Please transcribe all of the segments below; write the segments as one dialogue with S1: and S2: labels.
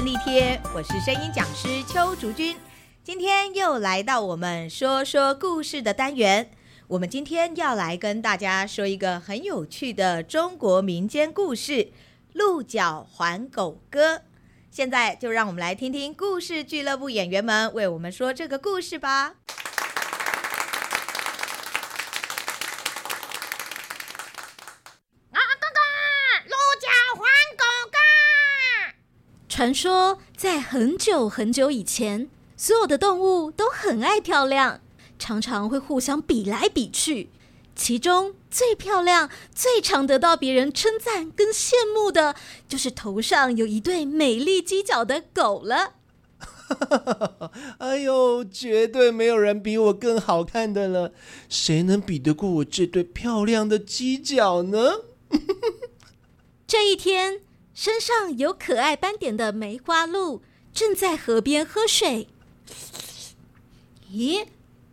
S1: 力贴，我是声音讲师邱竹君。今天又来到我们说说故事的单元，我们今天要来跟大家说一个很有趣的中国民间故事《鹿角还狗歌》。现在就让我们来听听故事俱乐部演员们为我们说这个故事吧。
S2: 鹿角还狗狗。
S3: 传说在很久很久以前，所有的动物都很爱漂亮，常常会互相比来比去。其中最漂亮、最常得到别人称赞跟羡慕的，就是头上有一对美丽犄角的狗了。
S4: 哎呦，绝对没有人比我更好看的了，谁能比得过我这对漂亮的犄角呢？
S3: 这一天，身上有可爱斑点的梅花鹿正在河边喝水。
S5: 咦，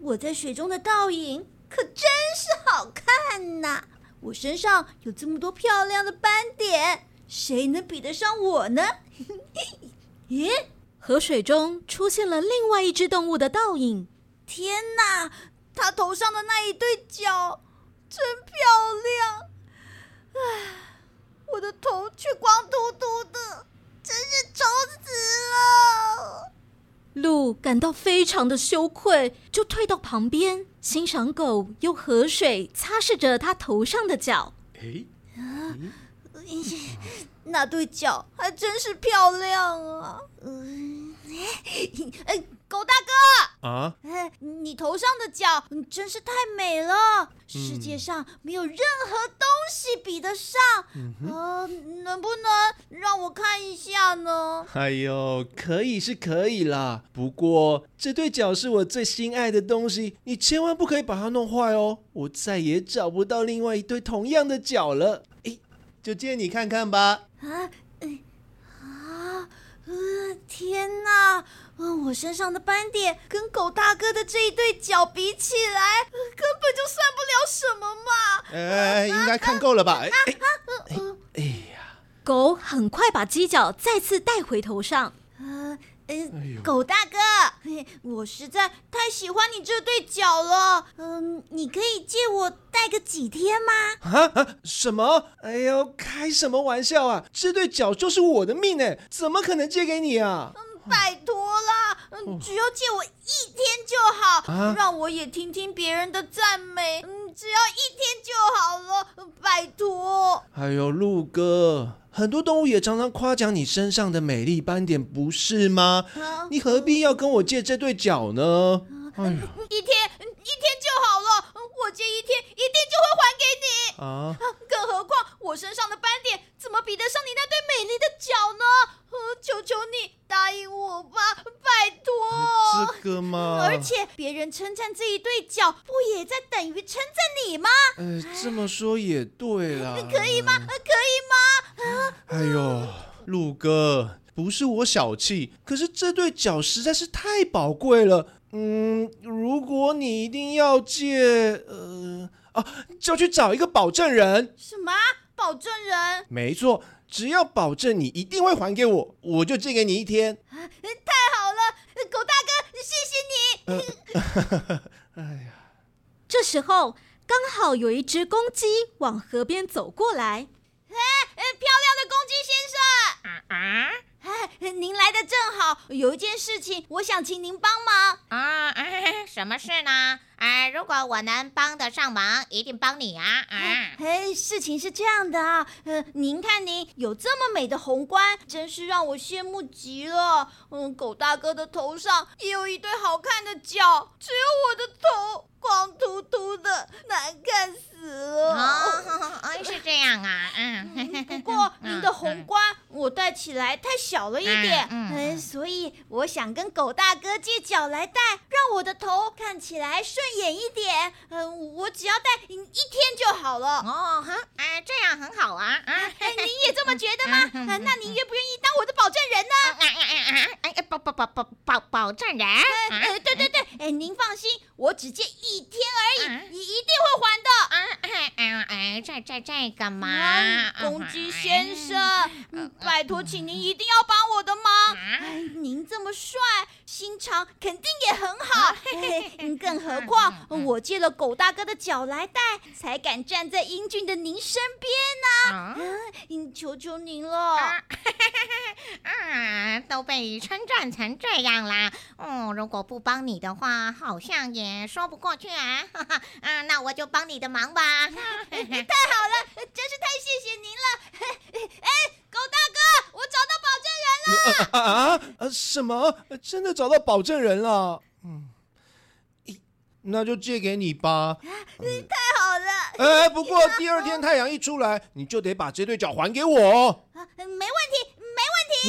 S5: 我在水中的倒影可真是好看呐！我身上有这么多漂亮的斑点，谁能比得上我呢？ 咦，
S3: 河水中出现了另外一只动物的倒影，
S5: 天哪！它头上的那一对角真漂亮，唉，我的头却光秃秃的，真是丑死了。
S3: 鹿感到非常的羞愧，就退到旁边欣赏狗用河水擦拭着它头上的角。
S4: 哎，
S5: 那对脚还真是漂亮啊！嗯，哎，狗大
S4: 啊，
S5: 哥，哎，你头上的脚嗯真是太美了，世界上没有任何东西比得上。呃，能不能让我看一下呢？
S4: 哎呦，可以是可以啦，不过这对角是我最心爱的东西，你千万不可以把它弄坏哦，我再也找不到另外一对同样的角了。哎，就借你看看吧。
S5: 啊，哎，啊，呃，天哪！呃，我身上的斑点跟狗大哥的这一对脚比起来，呃根本就算不了什么嘛。
S4: 哎，应该看够了吧？哎哎
S5: 呃
S4: 哎呀，
S3: 狗很快把犄角再次带回头上。
S5: 呃，呃
S4: 哎呦
S5: 狗大哥，嘿我实在太喜欢你这对脚了。嗯，你可以借我戴个几天吗？
S4: 啊啊！什么？哎呦，开什么玩笑啊！这对脚就是我的命哎，怎么可能借给你啊？
S5: 嗯拜托啦，嗯，只要借我一天就
S4: 哦啊
S5: 好，让我也听听别人的赞美。嗯，只要一天就好了，嗯拜托。
S4: 哎呦，鹿哥，很多动物也常常夸奖你身上的美丽斑点，不是吗？
S5: 啊，
S4: 你何必要跟我借这对脚呢？哎呀
S5: 一天嗯一天就好了，嗯我借一天一定就会还给你。嗯
S4: 啊！
S5: 更何况我身上的斑点怎么比得上你那对美丽的脚呢？呃，求求你答应我吧，嗯拜托。
S4: 哎这个嘛，
S5: 而且别人称赞这一对脚，不也在等于称赞你吗？
S4: 呃，这么说也对啦。
S5: 可以吗？呃，可以吗？
S4: 哎呦，鹿哥，不是我小气，可是这对脚实在是太宝贵了。嗯，如果你一定要借，呃，啊，就去找一个保证人。
S5: 什么？保证人？呃
S4: 没错，只要保证你一定会还给我，我就借给你一天。
S5: 太好了，呃狗大哥，谢谢你。
S3: 这时候，刚好有一只公鸡往河边走过来。
S5: 呃，漂亮的公鸡先
S2: 啊啊
S5: 生，哎，您来的正好，有一件事情我想请您帮忙。
S2: 啊！哎什么事呢？哎，如果我能帮得上忙，一定帮你啊！啊，
S5: 哎，事情是这样的啊，呃，您看您有这么美的红冠，真是让我羡慕极了。嗯，狗大哥的头上也有一对好看的角，只有我的头光秃秃的，难看死了。
S2: 哦，哎是这样啊，嗯，
S5: 不过您的红冠我戴起来太小了一 点，
S2: 嗯嗯
S5: 嗯，所以我想跟狗大哥借脚来戴，让我的头看起来顺眼一点。嗯，我只要戴一天就好了。
S2: 哦，哼，哎，这样很好啊，啊，
S5: 哎，您也这么觉得吗？
S2: 嗯嗯嗯
S5: 啊那您愿不愿意当我的保证人呢？
S2: 啊啊啊啊！哎，保保保保保保证人，啊
S5: 呃，对对对，哎，您放心，我只借一天而已，
S2: 嗯
S5: 你一定会还的。
S2: 啊哎哎哎，这这这干嘛
S5: 啊，？公鸡先生
S2: 哎，
S5: 嗯拜托，请您一定要帮我的忙。
S2: 啊
S5: 哎，您这么帅，心肠肯定也很好。嘿嘿嗯更何况我借了狗大哥的脚来带，才敢站在英俊的您身边。
S2: 啊
S5: 嗯，求求您了。
S2: 啊！都被称赞成这样啦，哦，如果不帮你的话，好像也说不过去啊。哈哈，嗯，那我就帮你的忙吧。
S5: 呃真是太谢谢您了。 嘿嘿哎，狗大哥，我找到保证人了。
S6: 啊啊啊！什么？真的找到保证人了？嗯，咦那就借给你吧。
S5: 太好了，
S6: 哎，不过第二天太阳一出来，你就得把这对脚还给我哦。
S5: 啊没问题，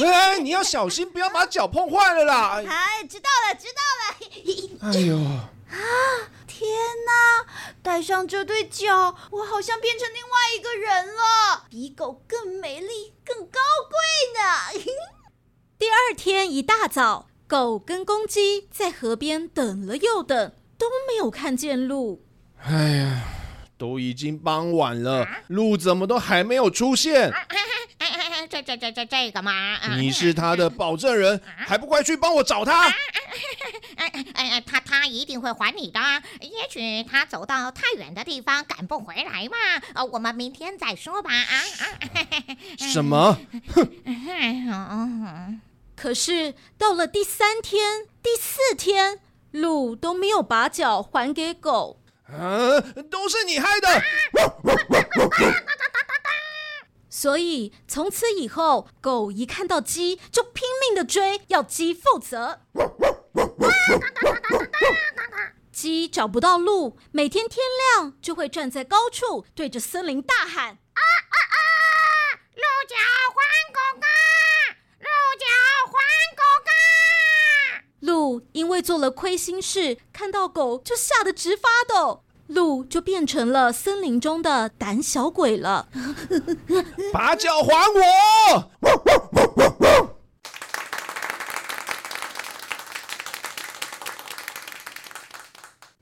S5: 没问题。
S6: 哎，你要小心，不要把脚碰坏了啦。
S5: 哎，知道了，知道了。嘿嘿
S6: 哎呦，
S5: 天哪！戴上这对脚，我好像变成另外一个人了，比狗更美丽、更高贵呢。
S3: 第二天一大早，狗跟公鸡在河边等了又等，都没有看见路。
S6: 哎呀，都已经傍晚了，路怎么都还没有出现？
S2: 哎哎哎，这这这这这干嘛？
S1: 嗯
S2: 啊
S6: 你是他的保证人，还不快去帮我找他？
S1: 嗯
S2: 哎哎哎，他他一定会还你的，啊也许他走到太远的地方赶不回来嘛。呃，我们明天再说吧。啊啊！
S1: 嗯
S6: 什么？
S2: 哎嗯
S3: 可是到了第三天、第四天，鹿都没有把脚还给狗。
S6: 啊，都是你害的！
S1: 嗯
S3: 所以从此以后，狗一看到鸡就拼命的追，要鸡负责。鸡找不到路，每天天亮就会站在高处，对着森林大喊。
S2: 鹿角还狗狗，鹿角还狗狗。
S3: 鹿因为做了亏心事，看到狗就吓得直发抖，鹿就变成了森林中的胆小鬼了。
S6: 把脚还我！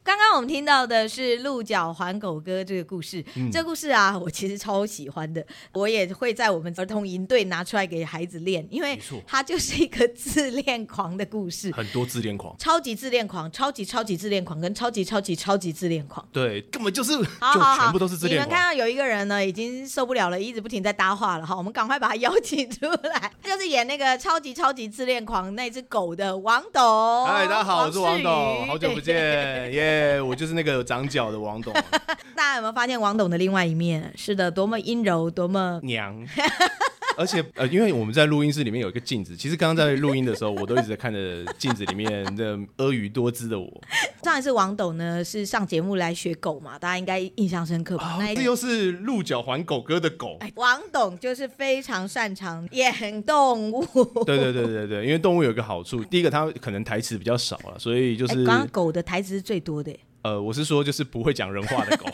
S1: 刚刚我们听到的是《鹿角还狗哥》这个故事，
S4: 嗯
S1: 这故事啊，我其实超喜欢的，我也会在我们儿童营队拿出来给孩子练，因为
S4: 没错
S1: 它就是一个自恋狂的故事，
S4: 很多自恋狂，
S1: 超级自恋狂、超级超级自恋狂跟超级超级超级自恋狂。
S4: 对，根本就是
S1: 好好
S4: 就
S1: 好，
S4: 全部都是自恋
S1: 你们看
S4: 狂。
S1: 到有一个人呢，已经受不了了，一直不停在搭话了哈，我们赶快把他邀请出来。 他就是演那个超级超级自恋狂那只狗的王董。
S6: 哎
S4: 嗨，大家好，我是王
S1: 世
S4: 董，
S1: 宇
S4: 好久不。
S1: 对
S4: 见，耶！我就是那个有长脚的王董
S1: 大家有没有发现王董的另外一面？是的，多么阴柔，多么
S4: 娘。 而且呃，因为我们在录音室里面有一个镜子，其实刚刚在录音的时候，我都一直在看着镜子里面的阿谀多 姿的我。
S1: 上一次王董呢是上节目来学狗嘛，大家应该印象深刻吧？
S4: 啊
S1: 那，一
S4: 这又是鹿角还狗哥的狗。
S1: 哎王董就是非常擅长演动物。
S4: 对对对对对，因为动物有一个好处，第一个它可能台词比较少了，所以就
S1: 哎
S4: 是
S1: 刚刚狗的台词是最多的，
S4: 呃，我是说就是不会讲人 话的狗。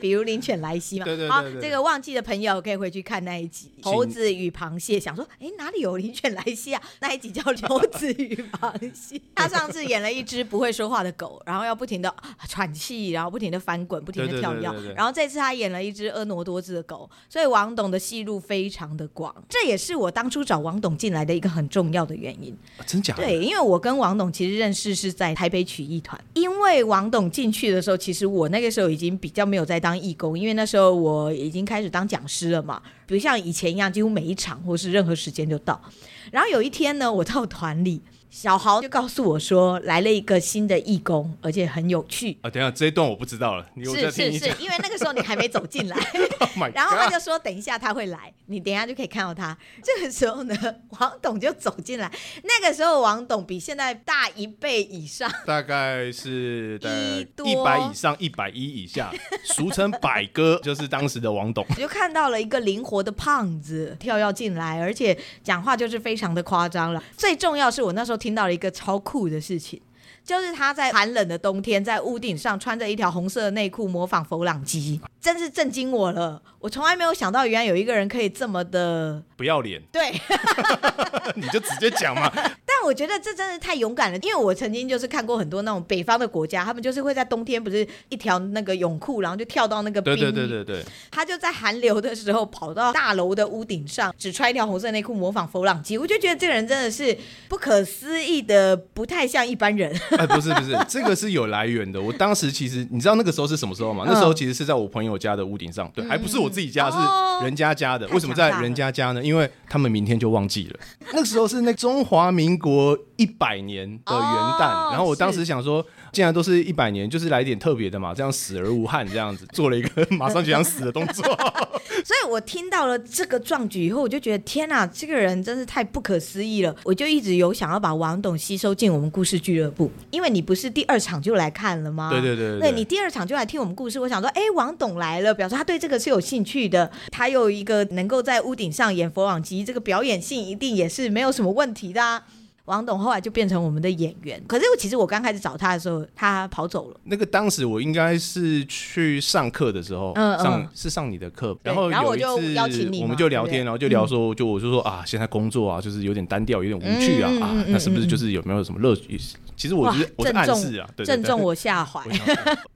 S1: 比如灵犬莱西嘛。
S4: 对对对
S1: 好
S4: 对对
S1: 这个忘记的朋友可以回去看那一集《猴子与螃蟹》，想说哎哪里有灵犬莱西啊？那一集叫《猴子与螃 蟹》，他上次演了一只不会说话的狗，然后要不停的喘气，然后不停的翻滚，不停的
S4: 对对对
S1: 跳跃
S4: 对对。对
S1: 然后这次他演了一只婀娜多姿的狗，所以王董的戏路非常的广，这也是我当初找王董进来的一个很重要的原因。
S4: 啊真假的？
S1: 对，因为我跟王董其实认识是在台北曲艺团，因为王董进去的时候，其实我那个时候已经比较没有在当义工，因为那时候我已经开始当讲师了嘛，不像以前一样，几乎每一场或是任何时间就到。然后有一天呢，我到团里，小豪就告诉我说，来了一个新的义工，而且很有趣。
S4: 啊，等一下这一段我不知道了，你我
S1: 是
S4: 再听
S1: 是
S4: 你
S1: 是
S4: 讲。，
S1: 因为那个时候你还没走进来，
S4: Oh my
S1: 然后他
S4: god！
S1: 就说：“等一下他会来，你等一下就可以看到他。”这个时候呢，王董就走进来。那个时候王董比现在大一倍以上，
S4: 大概是呃
S1: 一多
S4: 一百以上，一百一以下，俗称百哥，就是当时的王董。
S1: 我就看到了一个灵活的胖子跳跃进来，而且讲话就是非常的夸张了。最重要是我那时候听到了一个超酷的事情。就是他在寒冷的冬天，在屋顶上穿着一条红色的内裤，模仿佛朗机，真是震惊我了！我从来没有想到，原来有一个人可以这么的
S4: 不要脸，
S1: 对，
S4: 你就直接讲嘛。
S1: 但我觉得这真的太勇敢了，因为我曾经就是看过很多那种北方的国家，他们就是会在冬天不是一条那个泳裤，然后就跳到那个冰
S4: 对
S1: 里
S4: 对对对对，
S1: 他就在寒流的时候跑到大楼的屋顶上，只穿一条红色内裤模仿佛朗基，我就觉得这个人真的是不可思议的，不太像一般人。
S4: 哎，不是不是，这个是有来源的。我当时其实你知道那个时候是什么时候吗？那
S1: 嗯
S4: 时候其实是在我朋友家的屋顶上，对，还不是我自己家，
S1: 哦
S4: 是人家家的。
S1: 太
S4: 为什么
S1: 强
S4: 在
S1: 大
S4: 人
S1: 了
S4: 家家呢？因为他们明天就忘记了。那个时候是那中华民国一百年的元
S1: 哦
S4: 旦，然后我当
S1: 是
S4: 时想说，既然都是一百年，就是来点特别的嘛，这样死而无憾，这样子做了一个 马上就想死的动作。
S1: 所以我听到了这个壮举以后，我就觉得天哪，这个人真是太不可思议了。我就一直有想要把王董吸收进我们故事俱乐部，因为你不是第二场就来看了吗？
S4: 对对对对
S1: 对
S4: 对
S1: 你第二场就来听我们故事，我想说，哎，王董来了，表示他对这个是有兴趣的。他有一个能够在屋顶上演佛朗机，这个表演性一定也是没有什么问题的啊、王董后来就变成我们的演员，可是我其实我刚开始找他的时候，他跑走了。
S4: 那个当时我应该是去上课的时候，
S1: 嗯嗯
S4: 上是上你的课，
S1: 对
S4: 然后
S1: 然后我
S4: 有一
S1: 就
S4: 次
S1: 邀请你嘛
S4: 我们就聊
S1: 对不对
S4: 天，然后就聊说，就我就说啊，现在工作啊，就是有点单调，有点无趣啊
S1: 嗯嗯嗯
S4: 啊
S1: 嗯，
S4: 那是不是就是有没有什么乐趣？其实我
S1: 哇
S4: 是我是
S1: 正
S4: 暗
S1: 中
S4: 示啊，对
S1: 正中。
S4: 对对
S1: 我下怀。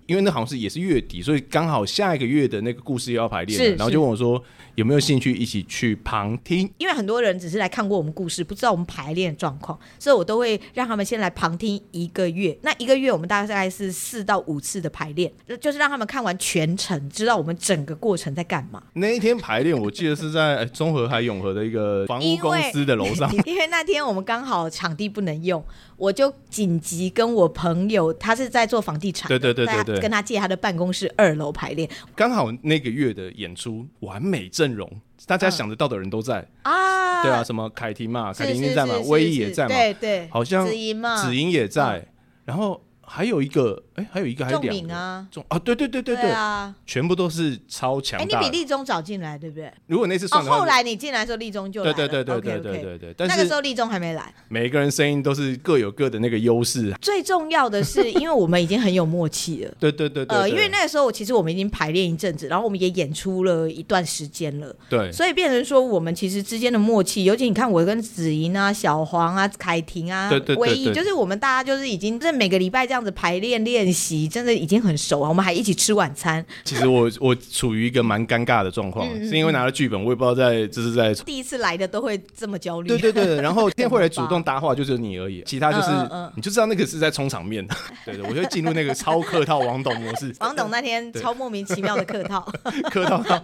S4: 因为那好像是也是月底，所以刚好下一个月的那个故事又要排练了啊
S1: 是，
S4: 然后就问我说有没有兴趣一起去旁听？
S1: 因为很多人只是来看过我们故事，不知道我们排练状况，所以我都会让他们先来旁听一个月。那一个月我们大概是四到五次的排练，就就是让他们看完全程，知道我们整个过程在干嘛。
S4: 那一天排练，我记得是在呃中和还永和的一个房屋公司的楼上，
S1: 因为那天我们刚好场地不能用，我就紧急跟我朋友，他是在做房地产的，
S4: 对对对对
S1: 在
S4: 对
S1: 跟他借他的办公室二楼排练
S4: 刚好那个月的演出完美阵容，大家想得到的人都在，
S1: 啊
S4: 对啊，，什么凯婷嘛，
S1: 嗯是
S4: 凯婷
S1: 是
S4: 在嘛
S1: 是，是
S4: 威毅
S1: 是
S4: 也在嘛，
S1: 对嗯对，
S4: 好像
S1: 子怡嘛，
S4: 子莹也在，然后还有一个，哎，还有一个，还有
S1: 仲
S4: 两
S1: 敏
S4: 个，
S1: 啊，
S4: 仲啊，对对对对
S1: 对啊，
S4: 全部都是超强
S1: 哎，你
S4: 大
S1: 比
S4: 的。
S1: 立中早进来对不对？
S4: 如果那次
S1: 哦，
S4: 算的话，
S1: 后来你进来的时候，立中就来
S4: 对
S1: 了。
S4: 对对对
S1: OK，OK
S4: 对对对对，但
S1: 那个时
S4: 是
S1: 候立中还没来。
S4: 每个人声音都是各有各的那个优势，
S1: 最重要的是，因为我们已经很有默契了。
S4: 对 对对对，
S1: 呃，
S4: 对
S1: 因为那个时候其实我们已经排练一阵子，然后我们也演出了一段时间了，
S4: 对
S1: 所以变成说我们其实之间的默契，尤其你看我跟子莹啊、小黄啊、凯婷啊、
S4: 对对对
S1: 威毅，
S4: 对
S1: 就是我们大家就是已经这每个礼拜这样子排练练习，真的已经很熟啊。我们还一起吃晚餐，
S4: 其实我我处于一个蛮尴尬的状况，
S1: 嗯
S4: 是因为拿了剧本，我也不知道在这是在
S1: 第一次来的都会这么焦虑。
S4: 对对 对，然后天会来主动搭话就是你而已，其他就是
S1: 嗯嗯嗯
S4: 你就知道那个是在充场面。 对对，我就进入那个超客套王董模式，
S1: 王董那天超莫名其妙的客套。
S4: 客套到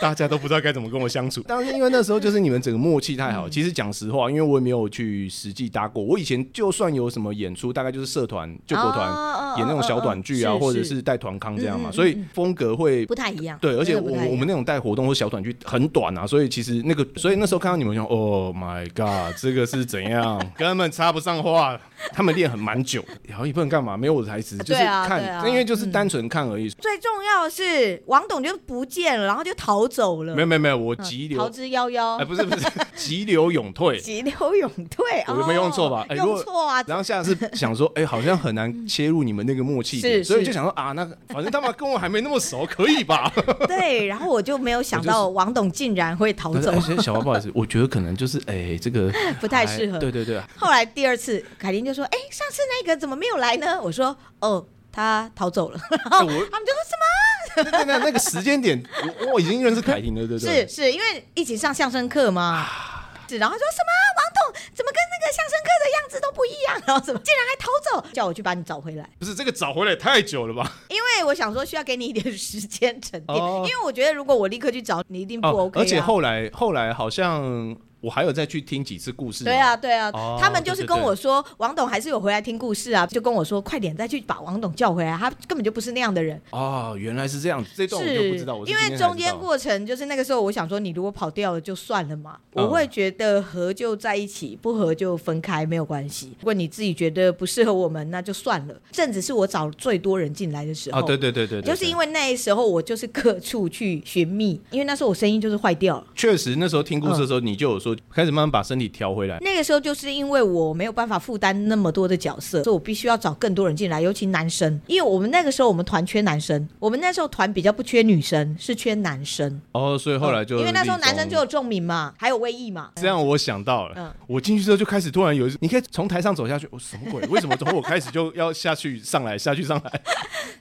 S4: 大家都不知道该怎么跟我相处。 嗯当然，因为那时候就是你们整个默契太好。其实讲实话，因为我也没有去实际搭过，我以前就算有什么演出，大概就是社团、救国
S1: 哦哦
S4: 团演那种小短剧
S1: 哦
S4: 啊，
S1: 哦哦
S4: 或者
S1: 是
S4: 是带团康这样
S1: 嗯嗯
S4: 嘛，
S1: 嗯
S4: 所以风格会
S1: 不。太一样。
S4: 对，而且
S1: 真的
S4: 我
S1: 不太一样
S4: 我们那种带活动或小短剧很短啊，所以其实那个，所以那时候看到你们就，Oh my god，这个是怎样，根本插不上话。他们练很蛮久，然后也不能干嘛，没有我的台词，就是
S1: 对啊
S4: 看
S1: 对，啊
S4: 因为就是单纯看而已。
S1: 最重要的是王董就不见了，然后就逃走了，
S4: 没有没有没有，
S1: 嗯
S4: 我急流
S1: 逃之夭夭，
S4: 哎，不是不是，急流勇退。
S1: 哦急流勇退，
S4: 我有没有用错吧
S1: 哦
S4: 哎如
S1: 用
S4: 果
S1: 错啊，
S4: 然后下次想说，哎、好像很难切入你们那个默契
S1: 嗯是
S4: 点，所以
S1: 是
S4: 就想说啊，那个反正他们跟我还没那么熟，可以吧？
S1: 对，然后我就没有想到王董竟然会逃
S4: 我
S1: 走
S4: 说，哎，先小花，不好意思，我觉得可能就是哎、这个
S1: 不太
S4: 还
S1: 适合
S4: 对对对，
S1: 后来第二次，凯琳就说：“哎、上次那个怎么没有来呢？”我说：“哦，他逃走了。” 然后他
S4: 哎我
S1: 们就说什么？
S4: 那那那那个时间点，我我已经认识凯婷 了，对不对
S1: 是？是因为一起上相声课嘛。
S4: 啊
S1: 是，然后他说什么王董怎么跟那个相声课的样子都不一样，然后怎么竟然还逃走，叫我去把你找回来。
S4: 不是这个找回来也太久 了吧？
S1: 因为我想说需要给你一点时间沉淀，
S4: 哦
S1: 因为我觉得如果我立刻去找你，一定不 OK、啊
S4: 而且后来后来好像我还有再去听几次故事嘛，
S1: 对啊，对啊，
S4: 哦
S1: 他们就是
S4: 对对
S1: 跟
S4: 对
S1: 我说，王董还是有回来听故事啊，就跟我说，快点再去把王董叫回来，他根本就不是那样的人。
S4: 哦，原来是这样，哦这段我就不知道，我是
S1: 因
S4: 今
S1: 为
S4: 天才
S1: 中
S4: 知
S1: 间
S4: 道
S1: 过程就是那个时候，我想说，你如果跑掉了就算了嘛，
S4: 嗯
S1: 我会觉得合就在一起，不合就分开，没有关系。如果你自己觉得不适合我们，那就算了。正值是我找最多人进来的时候，
S4: 啊，对对对对对
S1: 就是
S4: 对
S1: 因为那时候我就是各处去寻觅，因为那时候我声音就是坏掉了。
S4: 确实，那时候听故事的时候，你就有说，开始慢慢把身体调回来。
S1: 那个时候就是因为我没有办法负担那么多的角色，所以我必须要找更多人进来，尤其男生，因为我们那个时候我们团缺男生，我们那时候团比较不缺女生，是缺男生。
S4: 哦，所以后来就
S1: 嗯因为那时候男生就
S4: 立
S1: 有
S4: 中
S1: 仲明嘛，还有威毅嘛，
S4: 这样，我想到了，
S1: 嗯
S4: 我进去之后就开始突然有一，你可以从台上走下去，我、什么鬼？为什么从我开始就要下去上来下去上来？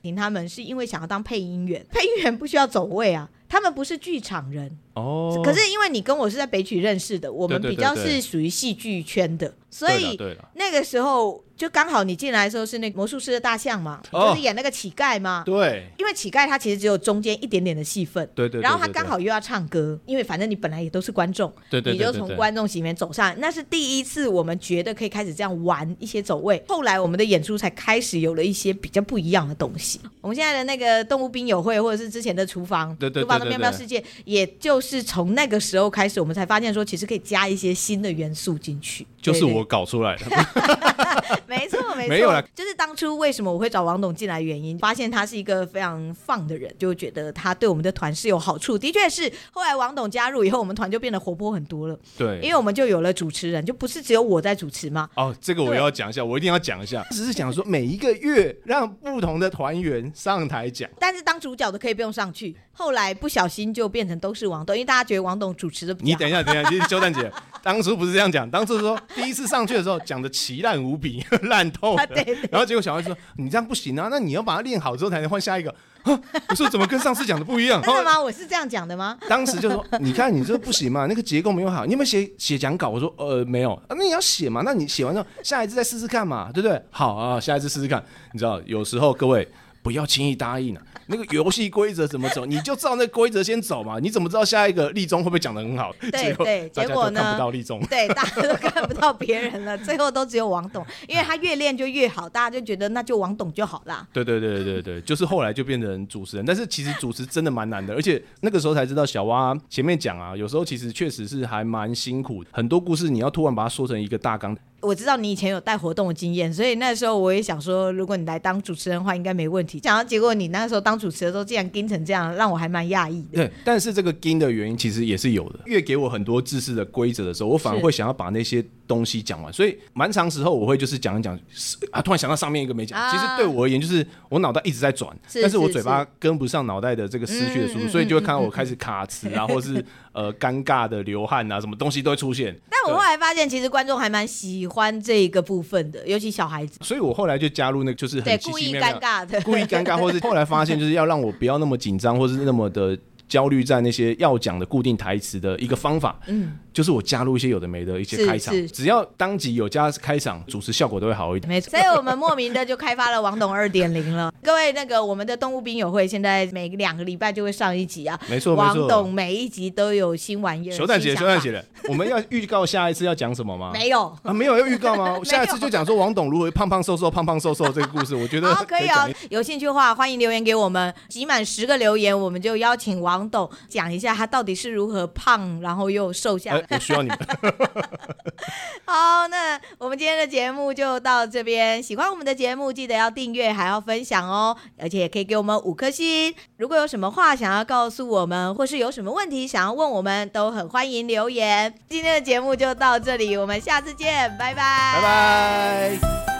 S1: 请他们是因为想要当配音员，配音员不需要走位啊，他们不是剧场人。
S4: 哦，
S1: 可是因为你跟我是在北曲认识的，我们
S4: 对对
S1: 比
S4: 对
S1: 较是
S4: 对
S1: 属于戏剧圈的，所
S4: 对了
S1: 以
S4: 对了，
S1: 那个时候就刚好你进来的时候是那个魔术师的大象嘛，
S4: 哦
S1: 就是演那个乞丐嘛。
S4: 对
S1: 因为乞丐他其实只有中间一点点的戏份，
S4: 对对，
S1: 然后
S4: 对
S1: 他刚好，又要唱歌，因为反正你本来也都是观众，
S4: 对对对对
S1: 你就从观众席里面走上来，那是第一次我们觉得可以开始这样玩一些走位。后来我们的演出才开始有了一些比较不一样的东西。我们现在的那个动物兵友会，或者是之前的厨房，
S4: 对对对
S1: 厨房的喵
S4: 对对
S1: 喵世界，也就是从那个时候开始，我们才发现说，其实可以加一些新的元素进去。
S4: 就是
S1: 对
S4: 我，搞出来的。
S1: 对没错，没错，
S4: 没有啦
S1: 就是当初为什么我会找王董进来，原因发现他是一个非常放的人，就觉得他对我们的团是有好处。的确是，后来王董加入以后，我们团就变得活泼很多了。
S4: 对，
S1: 因为我们就有了主持人，就不是只有我在主持嘛。
S4: 哦，这个我
S1: 对
S4: 要讲一下，我一定要讲一下，只是想说每一个月让不同的团员上台讲。
S1: 但是当主角的可以不用上去，后来不小心就变成都是王董，因为大家觉得王董主持的比
S4: 你
S1: 较好
S4: 等一 下，等一下，其实修蛋姐当初不是这样讲，当初说第一次上去的时候讲的奇烂无比， 烂透了。
S1: 啊，对对
S4: 然后结果小孩说：“你这样不行啊，那你要把它练好之后才能换下一个。” 啊我说：“怎么跟上次讲的不一样？”
S1: 真的吗？我是这样讲的吗？
S4: 当时就说：“你看你这不行嘛，那个结构没有好，你有没有写写讲稿？”我说：“呃，没有。啊”那你要写嘛？那你写完之后，下一次再试试看嘛，对不对？好啊，下一次试试看。你知道，有时候各位不要轻易答应啊。那个游戏规则怎么走，你就照那规则先走嘛。你怎么知道下一个立中会不会讲的很好？
S1: 对对
S4: 大家
S1: 结果
S4: 都
S1: 呢
S4: 看不到立中。
S1: 对，大家都看不到别人了，最后都只有王董，因为他越练就越好，大家就觉得那就王董就好啦。
S4: 对对对对对对，就是后来就变成主持人，但是其实主持真的蛮难的，而且那个时候才知道小蛙前面讲啊，有时候其实确实是还蛮辛苦，很多故事你要突然把它说成一个大纲。
S1: 我知道你以前有带活动的经验，所以那时候我也想说，如果你来当主持人的话，应该没问题。想要结果你那时候当主持的时候，竟然盯成这样，让我还蛮讶异的。
S4: 对，但是这个跟的原因其实也是有的。越给我很多自式的规则的时候，我反而
S1: 是
S4: 会想要把那些东西讲完，所以蛮长时候我会就是讲一讲啊，突然想到上面一个没讲。
S1: 啊
S4: 其实对我而言，就是我脑袋一直在转，
S1: 是
S4: 但是我
S1: 是
S4: 嘴巴跟不上脑袋的这个思绪的速度，
S1: 嗯嗯
S4: 所以就会看到我开始卡词啊，或是呃尴尬的流汗啊，什么东西都会出现。
S1: 但我
S4: 对
S1: 后来发现，其实观众还蛮喜欢这一个部分的，尤其小孩子，
S4: 所以我后来就加入那个就是
S1: 对，
S4: 很奇
S1: 故
S4: 奇
S1: 意
S4: 妙妙
S1: 尴尬的。
S4: 故意尴尬，或是后来发现就是要让我不要那么紧张，或是那么的焦虑在那些要讲的固定台词的一个方法，
S1: 嗯，
S4: 就是我加入一些有的没的一些
S1: 是
S4: 开场
S1: 是，
S4: 只要当集有加开场，主持效果都会好一 点。
S1: 没错，所以我们莫名的就开发了王董二点零了。各位，那个我们的动物兵友会现在每两个礼拜就会上一集啊，
S4: 没错没
S1: 王董
S4: 错，
S1: 每一集都有新玩意儿。
S4: 熊蛋姐，
S1: 新
S4: 熊
S1: 想法
S4: 蛋姐，我们要预告下一次要讲什么吗？
S1: 没有。
S4: 啊，没有要预 告吗？下一次就讲说王董如何胖胖瘦瘦、胖胖瘦瘦这个故事，我觉得
S1: 好，可以
S4: 讲
S1: 哦
S4: 一。
S1: 有兴趣的话，欢迎留言给我们。集满十个留言，我们就邀请王董讲一下他到底是如何胖，然后又瘦下来。
S4: 哎，我需 要你们。
S1: 好，那我们今天的节目就到这边。喜欢我们的节目，记得要订阅，还要分享哦，而且也可以给我们五颗星。如果有什么话想要告诉我们，或是有什么问题想要问我们，都很欢迎留言。今天的节目就到这里，我们下次见，拜拜，
S4: 拜拜。